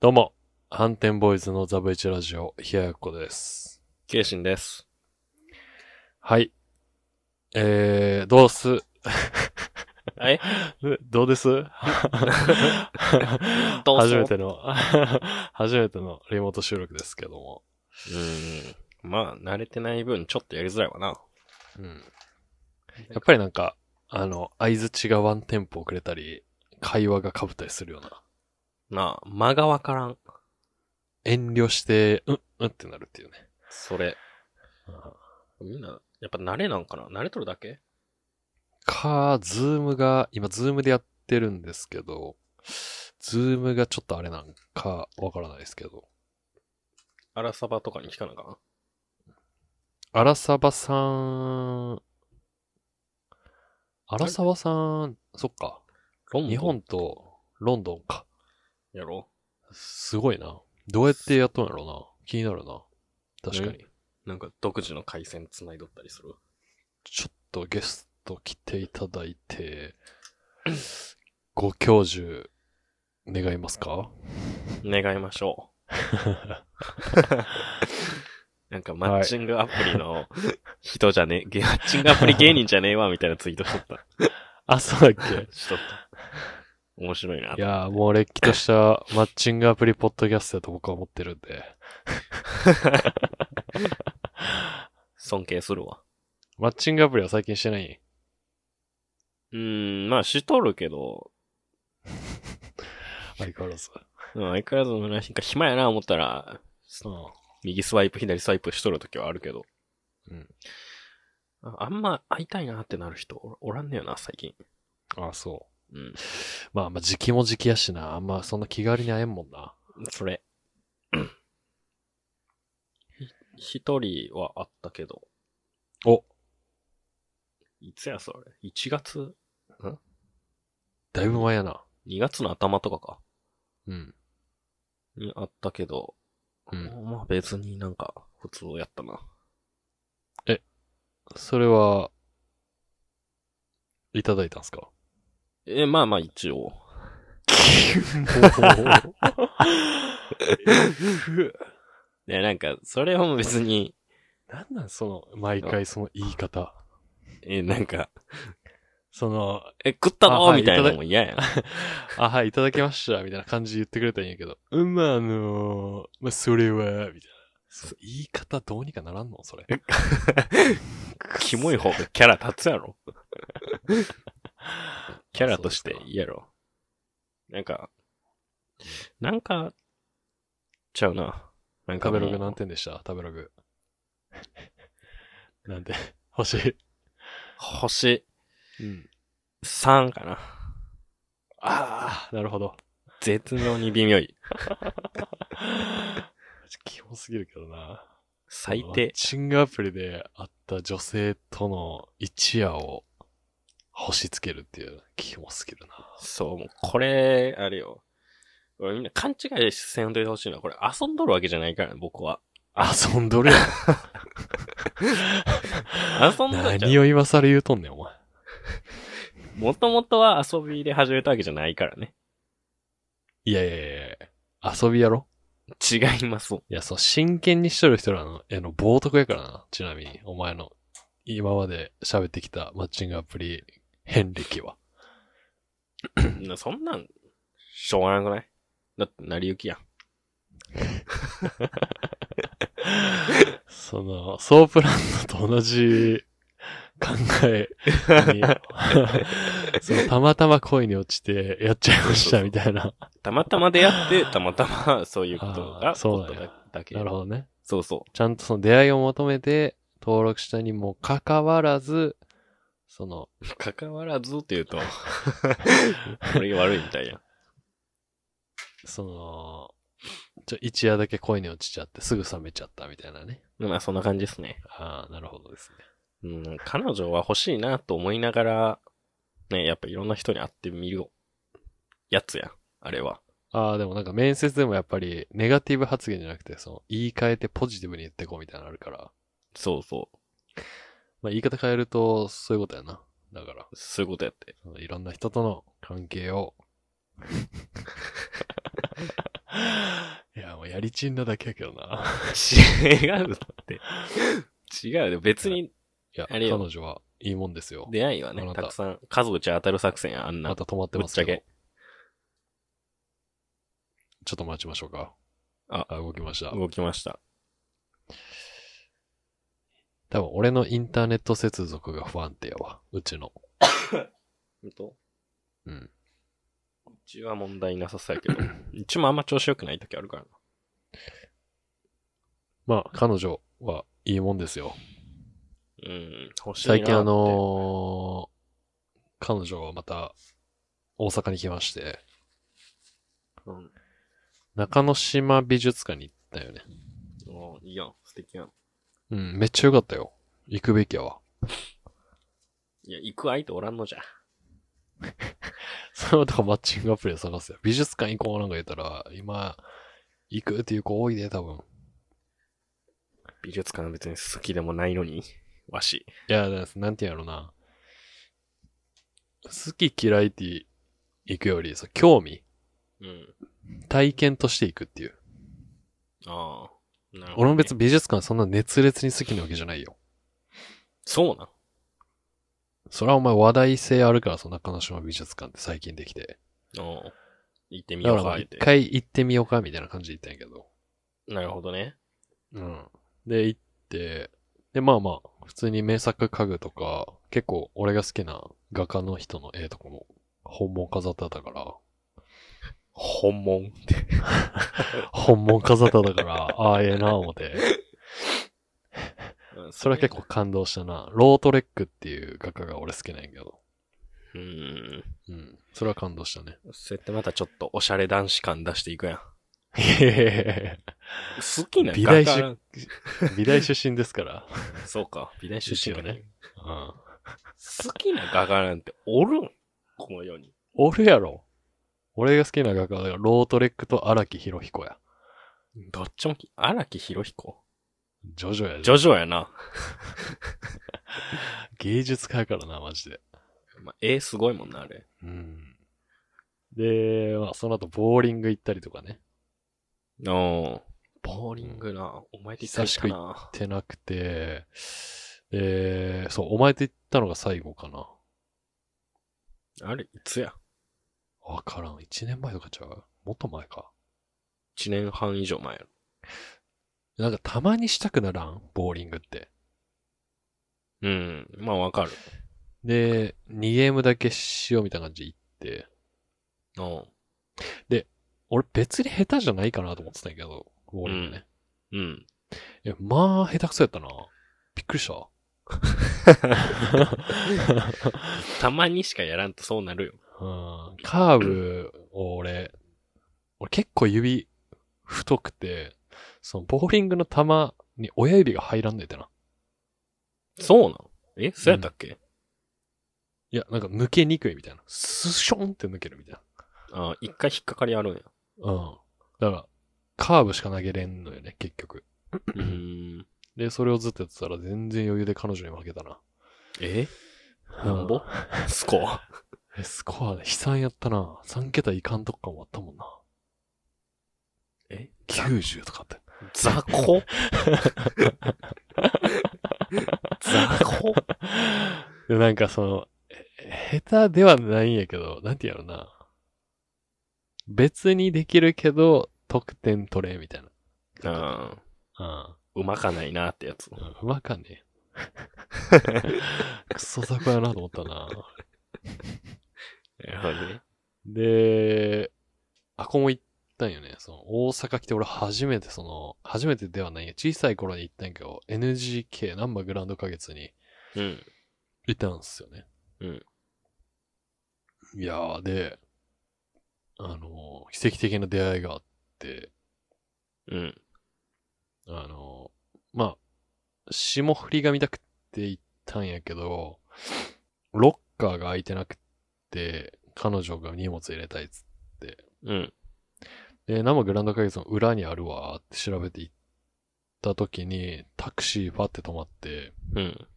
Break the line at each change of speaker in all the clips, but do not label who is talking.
どうも、ハンテンボーイズのザブイチラジオ、ひややっこです。
ケイシンです。
はい。えー、どうす、
はい。
え どうです
どうぞ
初めての、 初めてのリモート収録ですけども。
うん。まあ、慣れてない分、ちょっとやりづらいわな。
うん。やっぱりなんか、あの、相づちがワンテンポ遅れたり、会話が被ったりするような。
なあ、間がわからん。
遠慮して、うん、うんってなるっていうね。
それ。みんな、やっぱ慣れなんかな慣れとるだけ
か、ズームが、今ズームでやってるんですけど、ズームがちょっとあれなんかわからないですけど、
アラサバとかに聞かなあか
アラサバさん、アラサバさん、そっか、
んロンドン
日本とロンドンか。
やろ
すごいな。どうやってやっとんやろな。気になるな。確かに。
なんか独自の回線繋いどったりする。
ちょっとゲスト来ていただいて、ご教授、願いますか
願いましょ う。なんかマッチングアプリの人じゃねえ、マッチングアプリ芸人じゃねえわ、みたいなツイートしと った。
あ、そうだっけ
しとった。面白いな。
いやーもうれっきと したマッチングアプリポッドキャストだと僕は思ってるんで、
尊敬するわ。
マッチングアプリは最近してないう
ーん、まあしとるけど、
相変わらず。
うん、相変わらずのなんか暇やな思ったら、右スワイプ、左スワイプしとる時はあるけど。
うん。
ああんま会いたいなってなる人おおらんねよな、最近。
ああ、そ
うん。
う。まあまあ時期も時期やしな、あんまそんな気軽に会えんもんな。
それ。ひ一人はあったけど。
お
いつやそれ ?1 月
だいぶ前やな。
?2 月の頭とかか。
うん。
にあったけど。
うん。
まあ別になんか普通やったな。
それは、いただいたんすか
え、まあまあ一応。 ね、なんか、それも別に、
なんなんその、毎回その言い方。
え、なんか、
その、
え、食った
あ
の
はい
みたいなのも嫌やん。
あ、はい、いただきました、みたいな感じで言ってくれたらいいんやけど。うん、まあ、あのーまあ、それは、みたいな。そう言い方どうにかならんのそれ。
キモい方がキャラ立つやろ。 キャラとしていいやろ。なんか、なんか、ちゃうな。なんか
食べ
もう
ログ何点でした食べロ グ。なんで欲し
星
い。うん。
3かな。
ああ、なるほど。
絶妙に微妙い。
基本すぎるけどな。
最
マッ
低。
チングアプリで会った女性との一夜を星つけるっていう、基本すぎるな。
そう、もうこれ、あれよ。俺みんな勘違いしせんといてほしいのは、これ遊んどるわけじゃないからね、僕は。
遊んどるや ん。
遊んどるじゃ
何
ん。
を今更言うとんねん、お前。
もともとは遊びで始めたわけじゃないからね。
いやいやいやいや遊びやろ
違います。
いや、そう、真剣にしとる人らの、えの、冒涜やからな。ちなみに、お前の、今まで喋ってきたマッチングアプリ、遍歴は。
なそんなん、しょうがなくないだって、成り行きやん。
その、ソープランドと同じ考え に、その、たまたま恋に落ちてやっちゃいましたみたいな。
たまたま出会って、たまたまそういうこと
あー
が起
そう
こ
だ
っ
よ
ただだけ。
なるほどね。
そうそ
ちゃんとその出会いを求めて登録したにもかかわらず、その、
う。関わらずって 言うと、これ悪いみたいやん。
その、ちょ、一夜だけ恋に落ちちゃってすぐ冷めちゃったみたいなね。
まあ、そんな感じですね。
ああ、なるほどですね。
うん、彼女は欲しいなと思いながら、ね、やっぱいろんな人に会ってみるやつやん。あれは。
ああ、でもなんか面接でもやっぱりネガティブ発言じゃなくて、その言い換えてポジティブに言ってこうみたいなのあるから、
そうそ
まあ言い方変えるとそういうことやな。だから、
う。そういうことやって。
そのいろんな人との関係をやりちんなだけやけどな。
違うって。違うよ。別に
いや、
あれ
彼
よ
女はいいもんですよ。
出会いは
あ
ね
な、た
たくさん、数打ち当たる作戦や、あんな。
また止まって
ぶっ
ます
ちゃ
けど
け。。
ちょっと待ちましょうか。
あ
動きました。
動きました。
多分俺のインターネット接続が不安定やわ。うちの。
本当
うん。
うちは問題なさそうやけど。うちもあんま調子良くない時あるからな。
まあ、彼女はいいもんですよ。
うん。欲しいなっ
最
て
近あ、のー彼女はまた大阪に来まして、
うん。
中之島美術館に行ったよね。
おいいやん。素敵やん。
うん、めっちゃ良かったよ。行くべきやわ。
いや、行く相手おらんのじゃ。
それはだからマッチングアプリで探すよ。美術館行こうなんか言ったら、今、行くっていう子多いで、多分。
美術館は別に好きでもないのに、わし。
いや、だからなんて言うんやろな。好き嫌いって行くより、そう興味、
うん。
体験として行くっていう。
ああ。なるほどね
俺も別に美術館そんな熱烈に好きなわけじゃないよ。
そうなん。
それはお前話題性あるから、その中之島美術館って最近できて。
おう行ってみ
だか
よ
らまあ
うか、言う
一
て。
回行ってみようか、みたいな感じで行ったんやけど。
なるほどね。
うん。で、行って、で、まあまあ、普通に名作家具とか、結構俺が好きな画家の人の絵とかも、本物飾ってあったから、
本物って。
本物飾ってあったから、 ああ、ええな、思って。
うん
それは結構。感動したな。ロートレックっていう画家が俺好きなんやけど。
うん。
うん。それは感動したね。
そうやってまたちょっとおしゃれ男子感出していくやん。好きな
美大
画家
美大出身ですから。
そうか。美大出身か
一応
ね
ね。うん。
好きな画家なんておるんこの世に。
おるやろ。俺が好きな画家は、ロートレックと荒木博彦や。
どっちもき、荒木博彦
ジョジョや。
ジョジョやな。
芸術家やからな、マジで。
まあ、絵すごいもんな、あれ。
うん。で、まあ、その後、ボーリング行ったりとかね。
おボーリングな。お前で行ったりしたな。
てなくて、えー、そう、お前と行ったのが最後かな。
あれ、いつや
わからん。1年前とかちゃうもっと前か。
?1 年半以上前やろ。
なんか、たまにしたくならんボーリングって。
うん。まあ、わかる。
で、2ゲームだけしようみたいな感じで行って、
お
俺別に下手じゃないかなと思ってたんやけど、ボーリングね。
うん。
え、まあ、下手くそやったな。びっくりした。
たまにしかやらんとそうなるよ。
うん。カーブを俺、俺結構指太くて、そのボーリングの球に親指が入らんねえってな。
そうなのえそうやったっけ、
いや、なんか抜けにくいみたいな。スションって抜けるみたい
ああ、一回引っかかりあるんや。
な。うん。だから、カーブしか投げれんのよね、結局。
うん。
で、それをずっとやってたら全然余裕で彼女に負けたな。
え
う
なんぼスコア。
えスコア、悲惨やったな。3桁いかんとこかもあったもんな。
え
90とかって。
雑魚雑魚
で、なんかその、え下手ではないんやけど、なんて言うやろな。別にできるけど、得点取れ、みたいな。
うん。
うん。
うまかないなってやつ。
うまかねえ。クソ雑魚やなと思ったな。
なるほどね。
で、あ、こも行ったんよね。その、大阪来て俺初めてその、初めてではないんや。小さい頃に行ったんやけど、NGK、ナンバーグランド花月に
うん。
いたんすよね。
うん。
いやー、で、あのー奇跡的な出会いがあって、
うん。
あのーまあ、霜降りが見たくて行ったんやけど、ロッカーが開いてなくて、彼女が荷物入れたいっつ
うん。
で、生グランド花月の裏にあるわーって調べて行った時に、タクシーパって止まって、
うん。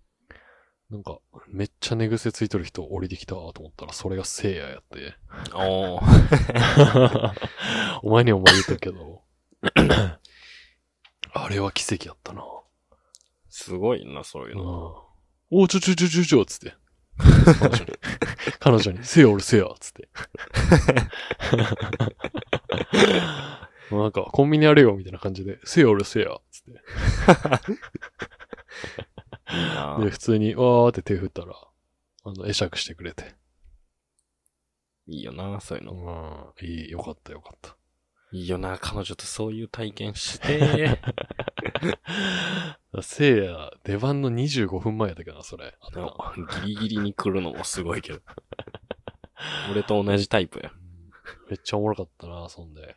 なんか、めっちゃ寝癖ついてる人降りてきたと思ったら、それが聖夜やって。
お
お前にも前言ったけど、 あれは奇跡やったな。
すごいな、そういうの。
うん。おうちょちょちょちょちょ、つって。彼 女に。彼女に、せよ俺せよ、つ って。もうなんか、コンビニあるよ、みたいな感じで、せよ俺せよ、つって。
いいな
で、普通に、わーって手振ったら、あの、会釈してくれて。
いいよな、そういう
う
の。
ん。いい、よかったよかった。
いいよな、彼女とそういう体験 して。
せいや、出番の25分前やったかな、それ。あったな
ギリギリに来るのもすごいけど。俺と同じタイプや。
めっちゃおもろかったな、そんで。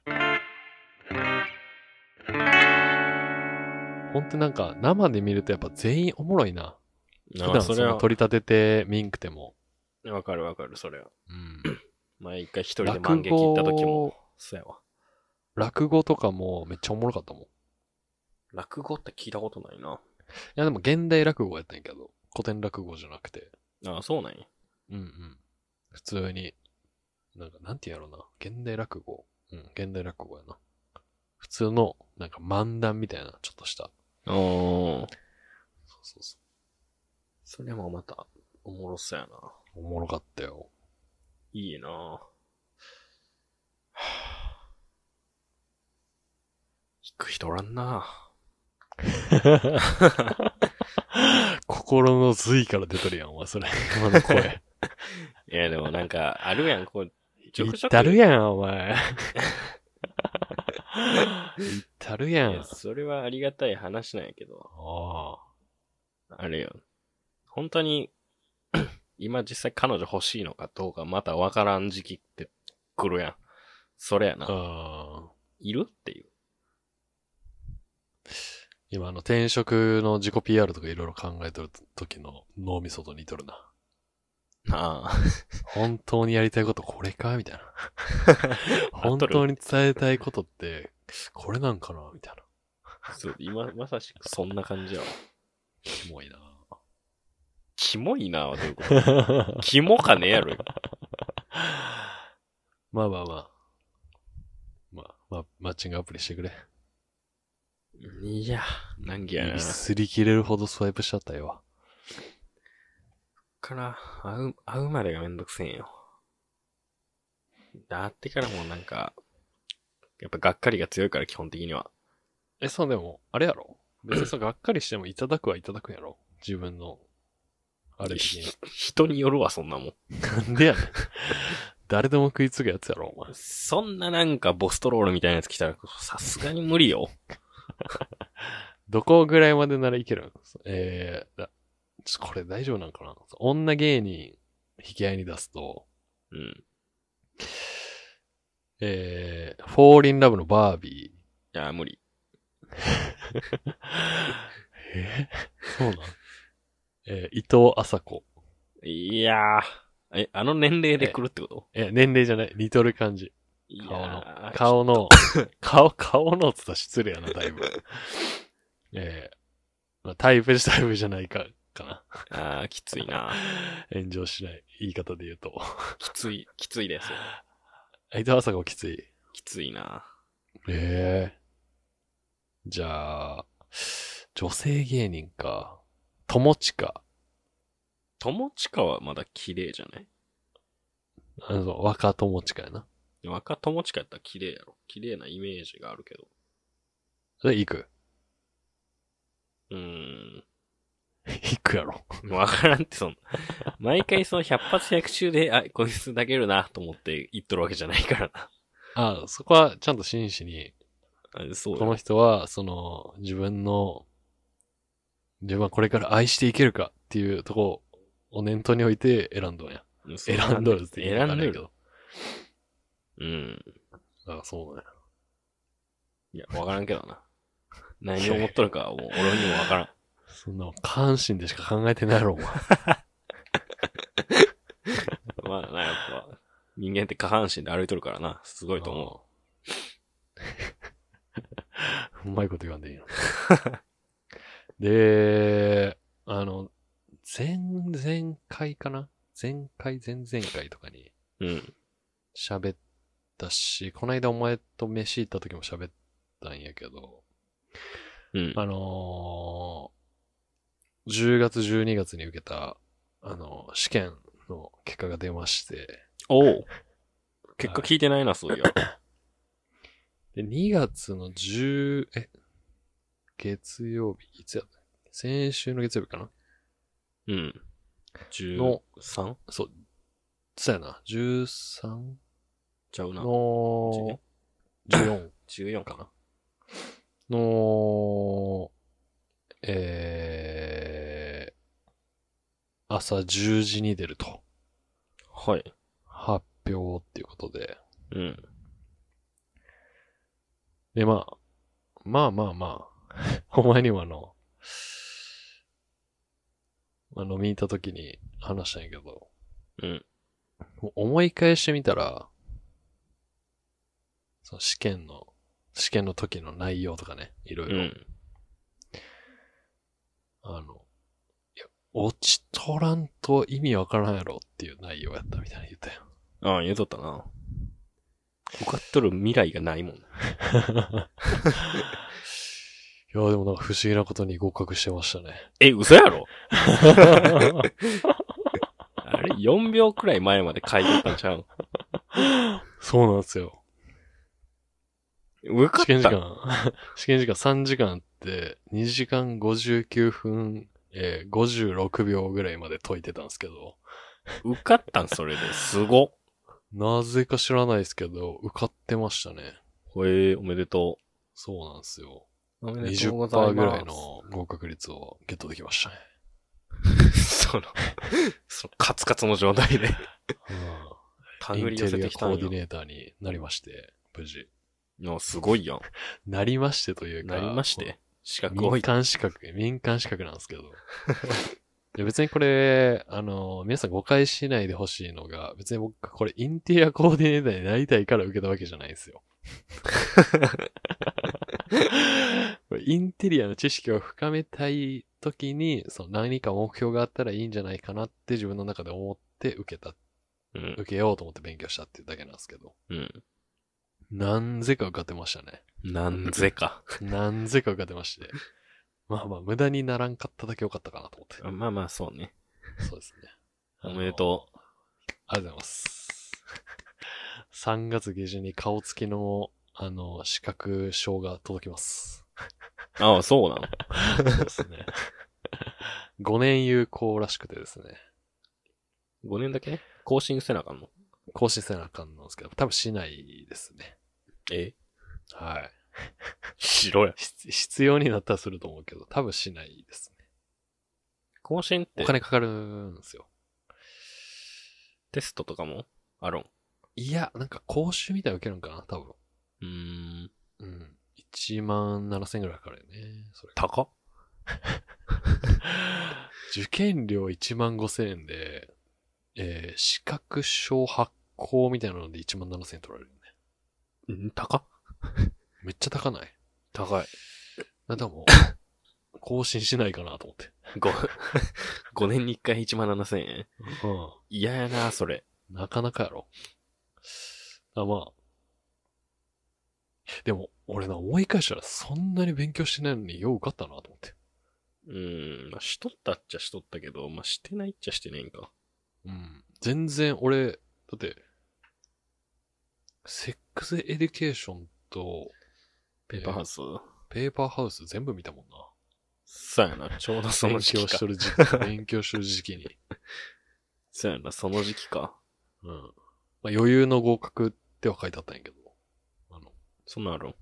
ほんとなんか、生で見るとやっぱ全員おもろいな。普
まあ
段そ
それ
れ
は、
取り立てて見んくても。
わかるわかる、それは。
うん。
前一回一人で万劇行った時も、そうやわ。
落語とかもめっちゃおもろかったもん。い
落語って聞いたことないな。
やでも現代落語やったんやけど、古典落語じゃなくて。
ああ、そうなんや。
うんうん。普通に、なんかなんて言うんやろうな。現代落語。うん、現代落語やな。普通の、なんか漫談みたいな、ちょっとした。
お
そ
ー。
うそうそ
それもまた、おもろそうやな。
う。おもろかったよ。
いいな はぁ行く人おらんな
心の髄から出とるやん、お前、それ。今の 声。
いや、でもなんか、あるやん、こう、ちょくち
い
ょく
ったるやん、お前。いったるや
い
ん。
や
あ
それはありがたい話なんやけど、
あ。
あれよ。本当に、 今実際彼女欲しいのかどうかまたわからん時期って来るやん。それやな。
ああ。
いるっていう。
今、あの、転職の自己 PR とかいろいろ考えとる時の脳みそと似とるな。
ああ。
本当にやりたいことこれかみたいな。 本
とる
当に伝えたいことって、これなんかなみたいな。
そう、今、まさしくそんな感じやわ。
キモいな。
キモいなぁ、どういうこと キモかねえやろ。
まあまあまあ。まあ、まあ、マッチングアプリしてくれ。
いや、難儀やな。
指すり切れるほどスワイプしちゃったよ。
から、会う、会うまでがめんどくせえんよ。だってからもうなんか、やっぱがっかりが強いから基本的には。
え、そうでも、あれやろ別にそのがっかりしてもいただくはいただくんやろ自分の、あれ的には。
人によるわ、そんなもん。
なんでやねん。誰でも食いつぐやつやろお前。
そんななんかボストロールみたいなやつ来たら、さすがに無理よ。
どこぐらいまでならいけるんえー、だちょこれ大丈夫なんかな女芸人、引き合いに出すと、
うん。
えー、フォーリンラブのバービー。
いや、無 理。
えそうなんえー、伊藤麻子。
いやー。え、あの年齢で来るってこと
え、年齢じゃない、似とる感じ。
い
顔の
やー。
顔 の、顔、顔のっつったら失礼やな、だいぶ。えー、まあ、タイプじゃタイプじゃないか、かな。
あー、きついな。
炎上しない言い方で言うと。
きつい、きついですよ。
伊藤麻子きつい。
きついな。
ええじゃあ、女性芸人か。友近。
友近はまだ綺麗じゃない
あの、若友近やな。
若友近やったら綺麗やろ。綺麗なイメージがあるけど。
それ行く
うー
行くやろ。
ん。わからんって、そんな。毎回その百発百中で、あ、こいつ投げるなと思って言っとるわけじゃないから
あそこはちゃんと真摯に、
な。あ そう
こ
よ
の人は、その、自分の、自分はこれから愛していけるかっていうとこを念頭に置いて選んどんや。
そう
選んどるって言い
選
方あ
ん
れ
ど
やけ
る。
ど。
うん。
あそうね。
いや、わからんけどな。何を思っとる かはもう俺にもわからん。
そんな、関心でしか考えてないやろ、お前。
まあな、やっぱ、人間って下半身で歩いとるからな。すごいと思
う。うまいこと言わんでいいの。 で、あの、前々回かな前回、前々回とかに
う。うん。
喋ったし、この間お前と飯行った時も喋っったんやけど、
うん。
あのー10月12月に受けた、あのー試験の結果が出まして、
おう結果聞いてないな、そういや。
で、2月の10、え、月曜日、いつやった先週の月曜日かな
うん。
の
13?
そう、そうやな、13
ちゃうな。
の14
14かな。
の、えー、朝10時に出ると
はい。
発表っていうことで、
うん。
で、まあ、まあまあ まあ、お前にもあの、まあ飲みに行った時に話したんやけど、
うん。
もう思い返してみたら、その試験の、試験の時の内容とかね、いろいうろ、
ん。
あの、いや、落ちとらんと意味わからんやろっていう内容やったみたいに言ったよ。
ああ、言うとったな。受かっとる未来がないもん。
いや、でもなんか不思議なことに合格してましたね。
え、嘘や ろあれ、4秒くらい前まで書いてたんちゃう
そうなんですよ。
受か
試験
っ
時
た。
間、 試験時間3時間あって、2時間59分、えー、56秒ぐらいまで解いてたんですけど、
受かったん、それで。すご。
なぜか知らないですけど、受かってましたね。
へえ、おめでと
そうなんですよ。
う。おめでとうござ
20%
います
ぐらいの合格率をゲットできましたね。
その、そのカツカツの状態で、手
イ
繰
ン
り
テ
寄せ
リ
て
ア
き
コ
たん
ーディ
よ。
ネーターになりまして、無事。
のすごいやん。
なりましてというか、
なりまして。資格を置
民
いた。
間資格、民間資格なんですけど。い や別にこれ、あの、皆さん誤解しないでほしいのが、別に僕、これインテリアコーディネーターになりたいから受けたわけじゃないんですよ。これインテリアの知識を深めたいときに、その何か目標があったらいいんじゃないかなって自分の中で思って受けた、
うん
受。けようと思って勉強したっていうだけなんですけど。
うん。
なんぜか受かってましたね。
なんぜか。
なんぜか受かってまして。 まあまあ、無駄にならんかっただけ良かったかなと思って。
まあまあ、そうね。
そうですね。
おめでとう。
あのありがとうございます。3月下旬に顔つきの、あの、資格証が届きます。
ああ、そうなの。
そうです ね。5年有効らしくてですね。
5年だけ更新せなあかんの。
更新せなあかんのですけど、多分しないですね。
え
はい。
しろや。
必必要になったらすると思うけど、多分しないですね。
更新っ
お
て
金かかるんですよ。
テストとかもあるん。
いや、なんか講習みたいなの受けるんかな、多分。
うーん。
うん。1万7千ぐらいかかるよね。それ
高っ
受験料1万5千円で、えー資格証発行みたいなので1万7千円取られるよね。
うん、高っ
めっちゃ高ない
高い。
なんだもう、更新しないかなと思って。
5、5年に1回1万7千円。
う
嫌やな、それ。
ん。なかなかやろ。あまあ。でも、俺な、思い返したらそんなに勉強してないのによう受かったなと思って。
うーん、まあ、しとったっちゃしとったけど、まあ、してないっちゃしてないんか。
うん。全然俺、だって、セックスエデュケーションと、
ペーパーハウス。
ペーパーハウス全部見たもんな。
そうやな、ちょうどその
勉
時
強
期
し
か
と。る時期、 勉強しとる時期に。
そうやな、その時期か。
うん。まあ、余裕の合格っては書いてあったんやけど、あの、
そんなんあるん。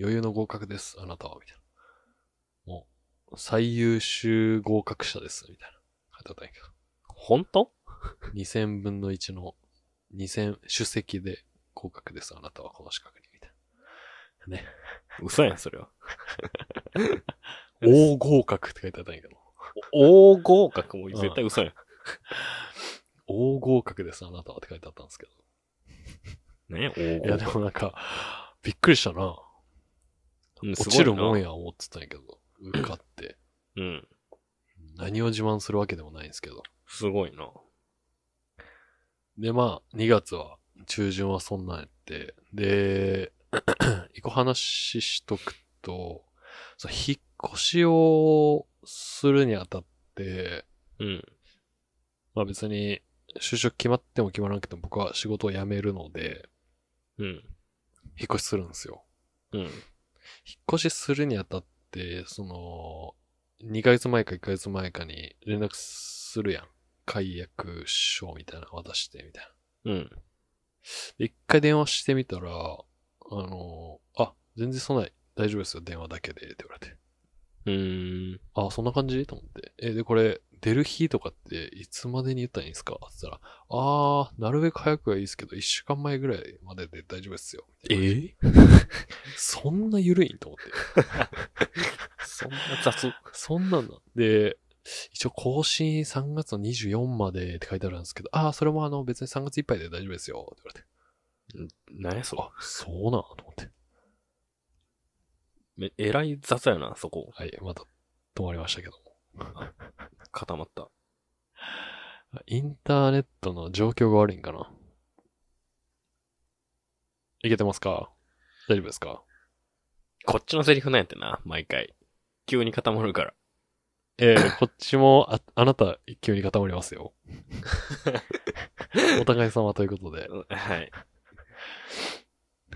余裕の合格です、あなたは、みたいな。もう、最優秀合格者です、みたいな。書いてあったんやけ
ほんと
ど。2000分の1の、2000、主席で合格です、あなたはこの資格に、みたいな。ね。
嘘やん、それは。
大合格って書いてあったんやけど。
大合格も絶対嘘やん。
大合格です、あなたはって書いてあったんですけど。
ね大
いや、
合
で
格。
もなんか、びっくりしたな。
うん
落ちるもん。
す
や思ってたんやけど、受かって。
ごいなうん。
何を自慢するわけでもないんですけど。
すごいな。
で、まあ、2月は、中旬はそんなんやって、で、 一個話しとくと、その引っ越しをするにあたって、
うん。
まあ別に就職決まっても決まらなくても僕は仕事を辞めるので、
うん。
引っ越しするんですよ。
うん。
引っ越しするにあたって、その、2ヶ月前か1ヶ月前かに連絡するやん。解約書みたいなの渡して、みたいな。
うん。
で一回電話してみたら、あの、あ、全然そんな、大丈夫ですよ、電話だけで、って言われて。
うーん。
あ、そんな感じと思って。え、で、これ、出る日とかって、いつまでに言ったらいいんですかって言ったら、あー、なるべく早くがいいですけど、一週間前ぐらいまでで大丈夫ですよ。みたいなそんな緩いんと思って。
そんな雑。
そんなんだ。で、一応更新3月の24までって書いてあるんですけど、ああ、それもあの別に3月いっぱいで大丈夫ですよって言われて。
何やそ
あ、そうなんと思って。
れ。めえらい雑やな、そこ。
はい、また止まりましたけども。
固まった。
インターネットの状況が悪いんかないけてますか大丈夫ですか
こっちのセリフなんやってな、毎回。急に固まるから。
ええこっちもあ、あなた、急に固まりますよ。お互い様ということで。
うんはい。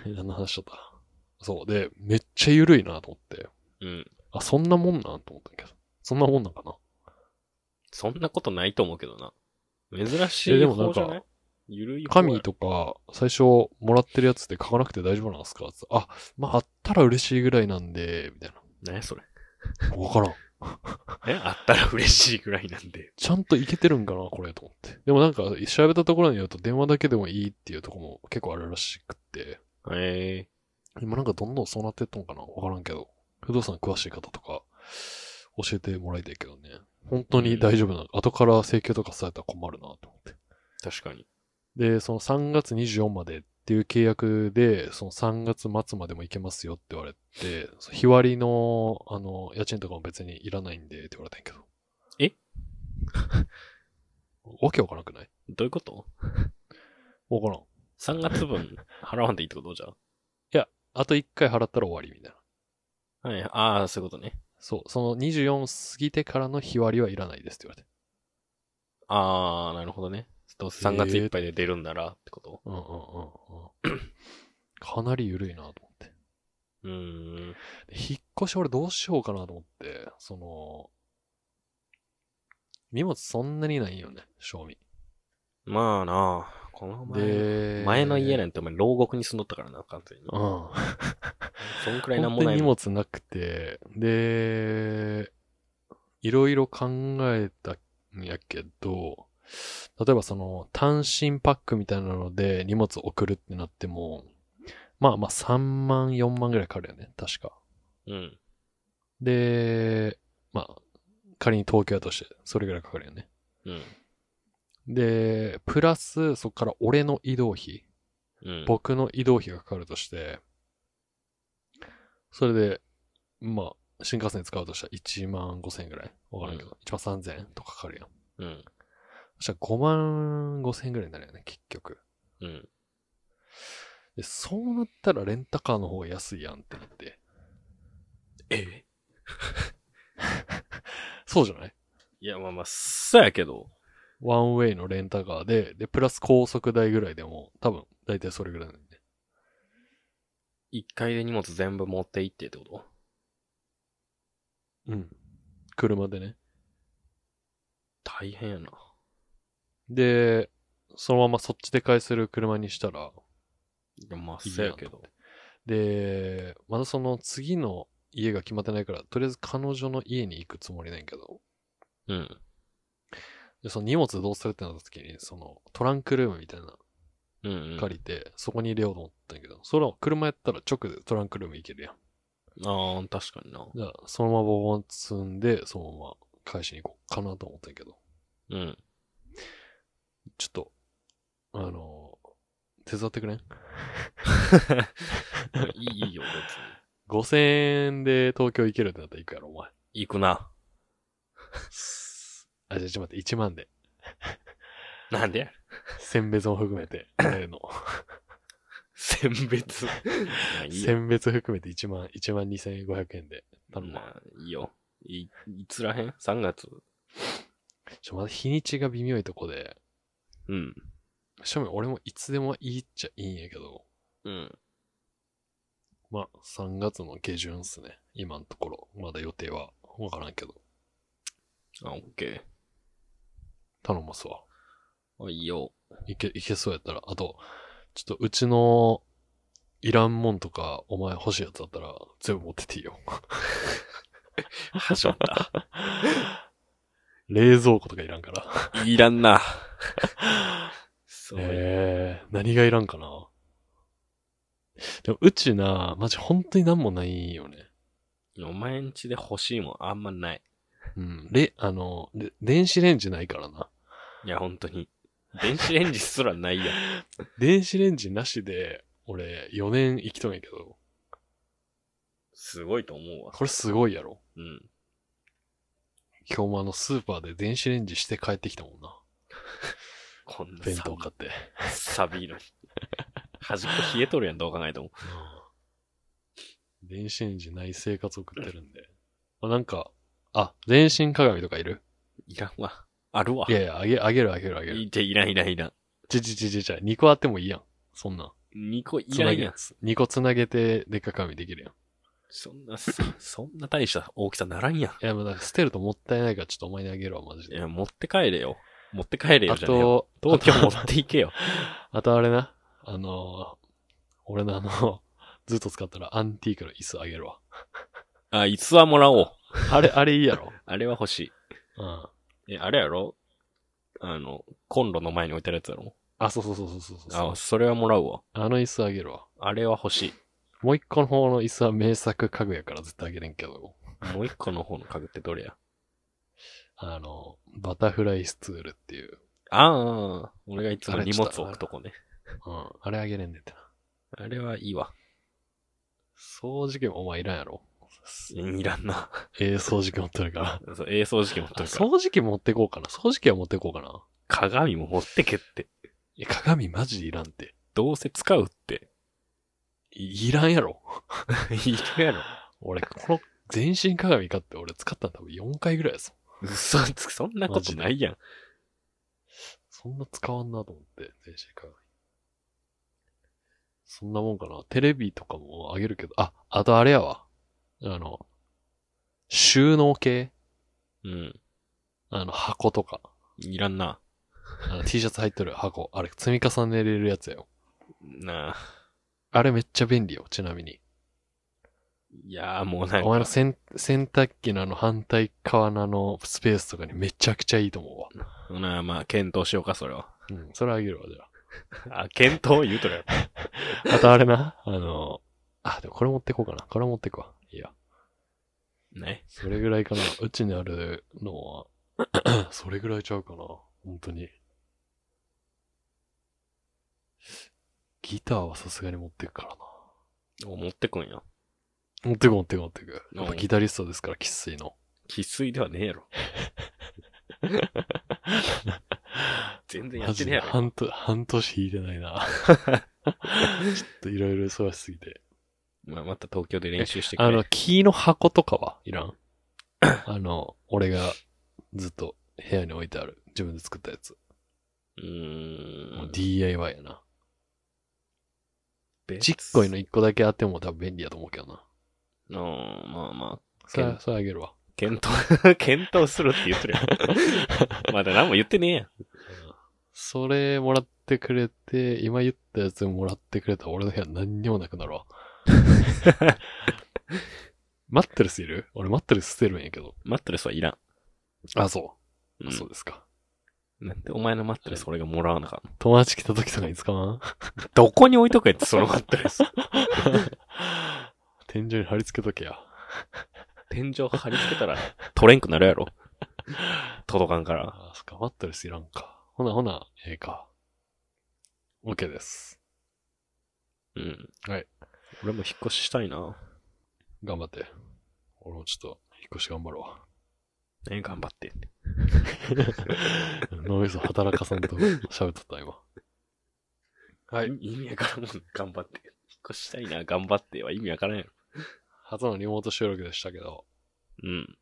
何の話しちゃったそう。で、めっちゃ緩いなと思って。
うん。
あ、そんなもんなんと思ったけど。そんなもんなんかな
そんなことないと思うけどな。珍し
え
い
でもな
方
ん
じ
か
ゃないゆるい方や
紙とか、最初もらってるやつで書かなくて大丈夫なんですかつってあ、まあ、あったら嬉しいぐらいなんで、みたい
何やそれ。
な。わからん。
えあったら嬉しいぐらいなんで。
ちゃんといけてるんかなこれ、と思って。でもなんか、調べたところによると電話だけでもいいっていうとこも結構あるらしくて。
ええ
今なんかどんどんそうなってったのかなわからんけど。不動産詳しい方とか、教えてもらいたいけどね。本当に大丈夫なの後から請求とかされたら困るな、と思って。
確かに。
で、その3月24までっていう契約で、その3月末までも行けますよって言われて、その日割りの、あの、家賃とかも別にいらないんでって言われたんやけど。
え
わけわからなくない
どういうこと
わからん。
?3 月分払わんでいいってことじゃ
あと1回払ったら終わりみたいな。
あ。はい。ああ、そういうことね。
そう、その24過ぎてからの日割りはいらないですって言われて。
ああ、なるほどね。どうせ3月いっぱいで出るんならってこと、
うんうんうんうん。 かなり緩いなと思って。
うーん。
で引っ越し俺どうしようかなと思って、その、荷物そんなにないよね、賞味。
まあなあ、この前。
で、
前の家
ね。
なんてお前牢獄に住んどったからな、完全に
う。ん。
そんくらいなん
本
も
当
な
に
い
荷
もん。
物なくて、で、いろいろ考えたんやけど、例えばその単身パックみたいなので荷物送るってなっても、まあまあ3万4万ぐらいかかるよね、確か。
うん。
で、まあ、仮に東京だとして、それぐらいかかるよね。
うん。
で、プラス、そこから俺の移動費、
うん。
僕の移動費がかかるとして、それで、まあ、新幹線使うとしたら1万5千円ぐらいわからんけど、1万3千円とかかかるやん。
うん。
そしたら5万5千円ぐらいになるよね、結局。
うん。
で、そうなったらレンタカーの方が安いやんってなって。
え
そうじゃない
いや、まあまあ、そうやけど。
ワンウェイのレンタカーで、で、プラス高速代ぐらいでも、多分、大体それぐらいなんで。
一回で荷物全部持って行ってってこと
うん。車でね。
大変やな。
で、そのままそっちで返せる車にしたら、
いや、まあ、
いいな
そうやけど。
で、まだその次の家が決まってないから、とりあえず彼女の家に行くつもりなんやけど、
うん。
で、その荷物どうするってなった時に、そのトランクルームみたいなの
うん、うん。あ
借りて、そこに入れようと思ったんやけど、それを車やったら直でトランクルーム行けるやん。
あー、確かにな。
だから、そのままボコボコ積んで、そのまま返しに行こうかなと思ったんやけど、
うん。
ちょっと、あの、手伝ってくれん
いい、いいよ、別に。
?5000 円で東京行けるってなったら行くやろ、お前。
行くな。
あ、じゃあちょっと待って、1万で。
なんでや
選別も含めて、俺の。
選別。まあ いいよ。
選別含めて1万、1万2500円で頼むわ。
まあいいよ。い、いつらへん ?3 月。
ちょ、まだ日にちが微妙いとこで、
うん。
正味俺もいつでもいいっちゃいいんやけど、
うん。
まあ、3月の下旬っすね。今のところ。まだ予定はわからんけど。
あ、オッケ
頼ますわ。
ー。あ、いいよ。
いけ、いけそうやったら。あと、ちょっとうちの、いらんもんとか、お前欲しいやつだったら、全部持ってっていいよ。
始まった。
冷蔵庫とかいらんから。
いらんな。 そうや、
えー、何がいらんかな。でも、うちな、マジ本当になんもないよね。
お前んちで欲しいもんあんまない。
うん。れ、あの、れ電子レンジないからな。
いや、本当に。電子レンジすらないやん。
電子レンジなしで、俺、4年生きとんやけど、
すごいと思うわ。
これすごいやろ。
うん。
今日もあの、スーパーで電子レンジして帰ってきたもんな。
こんな
弁
寒
当
い
買って。
寒 いのに。端っこ冷えとるやん、どう考えても。
うん電子レンジない生活送ってるんで。まあ、なんか、あ、全身鏡とかいる
いらんわ。あるわ。
いやいや、あげ、あげるあげるあげる。
いて、いらんいらんいらん。
ちちちちち、2個あってもいいやん。そんなん。
2個い
つ
ら
なんげ
やん。
2個つなげて、でっかく鏡できるやん。
そんな、そ そんな大した大きさならんやん。
いや、もうなんか捨てるともったいないから、ちょっとお前にあげるわ、マジ
い
で。
や、持って帰れよ。持って帰れよ
あ
じゃねえよ。
と、
東
あ
京持
と
っていけよ。
あとあれな、あのー、俺のあの、 ずっと使ったらアンティークの椅子あげるわ。
あ、いつはもらおう。
あれ、あれいいやろ。
あれは欲し
うん。
い。え、あれやろあの、コンロの前に置いてあるやつやろ
あ、そうそうそうそうそうそう
あ、それはもらうわ。
あの椅子あげるわ。
あれは欲しい。
もう一個の方の椅子は名作家具やから絶対あげれんけど、
もう一個の方の家具ってどれや
あの、バタフライスツールっていう、
ああ、俺がいつも
あれ
荷物置くとこね。
うん、あれあげれんねんってな。
あれはいいわ。
掃除機もお前いらんやろ。
いらんな。
ええ掃除機持ってるから。
そう、映像時期持っ
あ
とるから。
掃除機持ってこうかな。掃除機は持ってこうかな。
鏡も持ってけって。
いや、鏡マジでいらんって。
どうせ使う って。
いいらんやろ。
いるやろ。
俺、この全身鏡買って俺使ったの多分4回ぐらいです
嘘つく、そんなことないやん。
そんな使わんなと思って、全身鏡。そんなもんかな。テレビとかもあげるけど、あ、あとあれやわ。あの、収納系
うん。
あの、箱とか。
いらんな。
あの、T シャツ入ってる箱。あれ、積み重ねれるやつやよ。
なあ。
あれめっちゃ便利よ、ちなみに。
いやーもうなん
お前の
か、
洗洗濯機のあの反対側のあのスペースとかにめちゃくちゃいいと思うわ。
なあまあ、検討しようか、それは。
うん、それあげるわ、じゃ
あ、検討言うとるやろ。
あ。あとあれな、あの、あ、でもこれ持ってこうかな。これ持ってくわ。いいや。
ね。
それぐらいかな。うちにあるのは、 それぐらいちゃうかな。本当に。ギターはさすがに持ってくからな。
お持ってくんよ。
持ってく持ってく持ってく。やっ
う
ぱ
ん
ギタリストですから、喫水の。
生粋ではねえやろ。全然や
マ
って
ジで
ねえやろ。
半年、半年弾いてない な。ちょっといろいろ忙しすぎて。
まあ、また東京で練習してくれ。
あの、キーの箱とかはいらん あの、俺がずっと部屋に置いてある。自分で作ったやつ。
うー。
もうん DIY やな。
ベース
ちっこいの一個だけあっても多分便利だと思うけどな。
うん、まあまあ、
それ
け、ん
それあげるわ。
検討、 検討するって言ってるやん。まだ何も言ってねえやん。
それもらってくれて、今言ったやつもらってくれたら俺の部屋何にもなくな るわ。マットレスいる俺マットレス捨てるんやけど。
マットレスはいらん。
あ、そう。
う
あ
ん
そうですか。
なんでお前のマットレス俺がもらわなかったの
友達来た時とかに使わん
どこに置いとけって、そのマット レス。
天井に貼り付けとけや。
天井貼り付けたら、取れんくなるやろ。届かんから。
あ、そっか、マットレスいらんか。ほなほな、ええか。OK です。
うん。
はい。
俺も引っ越ししたいな。
頑張って。俺もちょっと、引っ越し頑張るわ。
ね、頑張って。
脳みそ働かさんと喋っとった今。 はい。
意味わからんもん、頑張って。引っ越したいな、頑張っては意味わからんやろ。
初のリモート収録でしたけど、
うん。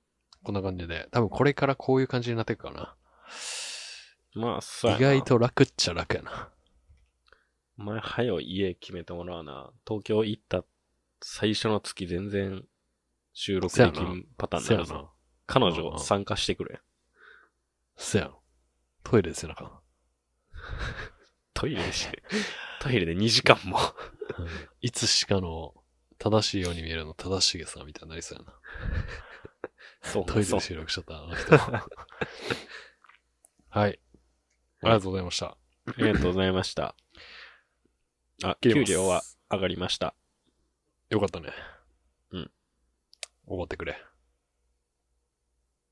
こんな感じで、多分これからこういう感じになっていくかな。
まあ、 そうや
意
な
外。と楽っちゃ楽やな。
お前、はよ家決めてもらうな。東京行った最初の月全然収録でき
そうや
んパターンに
せ
な
や
るぞ。
な。
彼
うんう
女
ん
参加してくれ。
せやん。トイレですよ、なんか。
トイレでして。トイレで2時間 も。
いつしかの正しいように見えるの正しげさんみたいになりそうやな。
そう
トイレ
そう
で収録しちゃった、あの人。 はい。ありがとうございました。
ありがとうございました。あ、
切れ
給
ます
料は上がりました。
よかったね。
うん。
おごってくれ。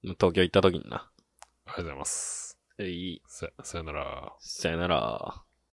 東京行った時にな。
ありがとうございます。
えい。
さ、さよなら。
さよなら。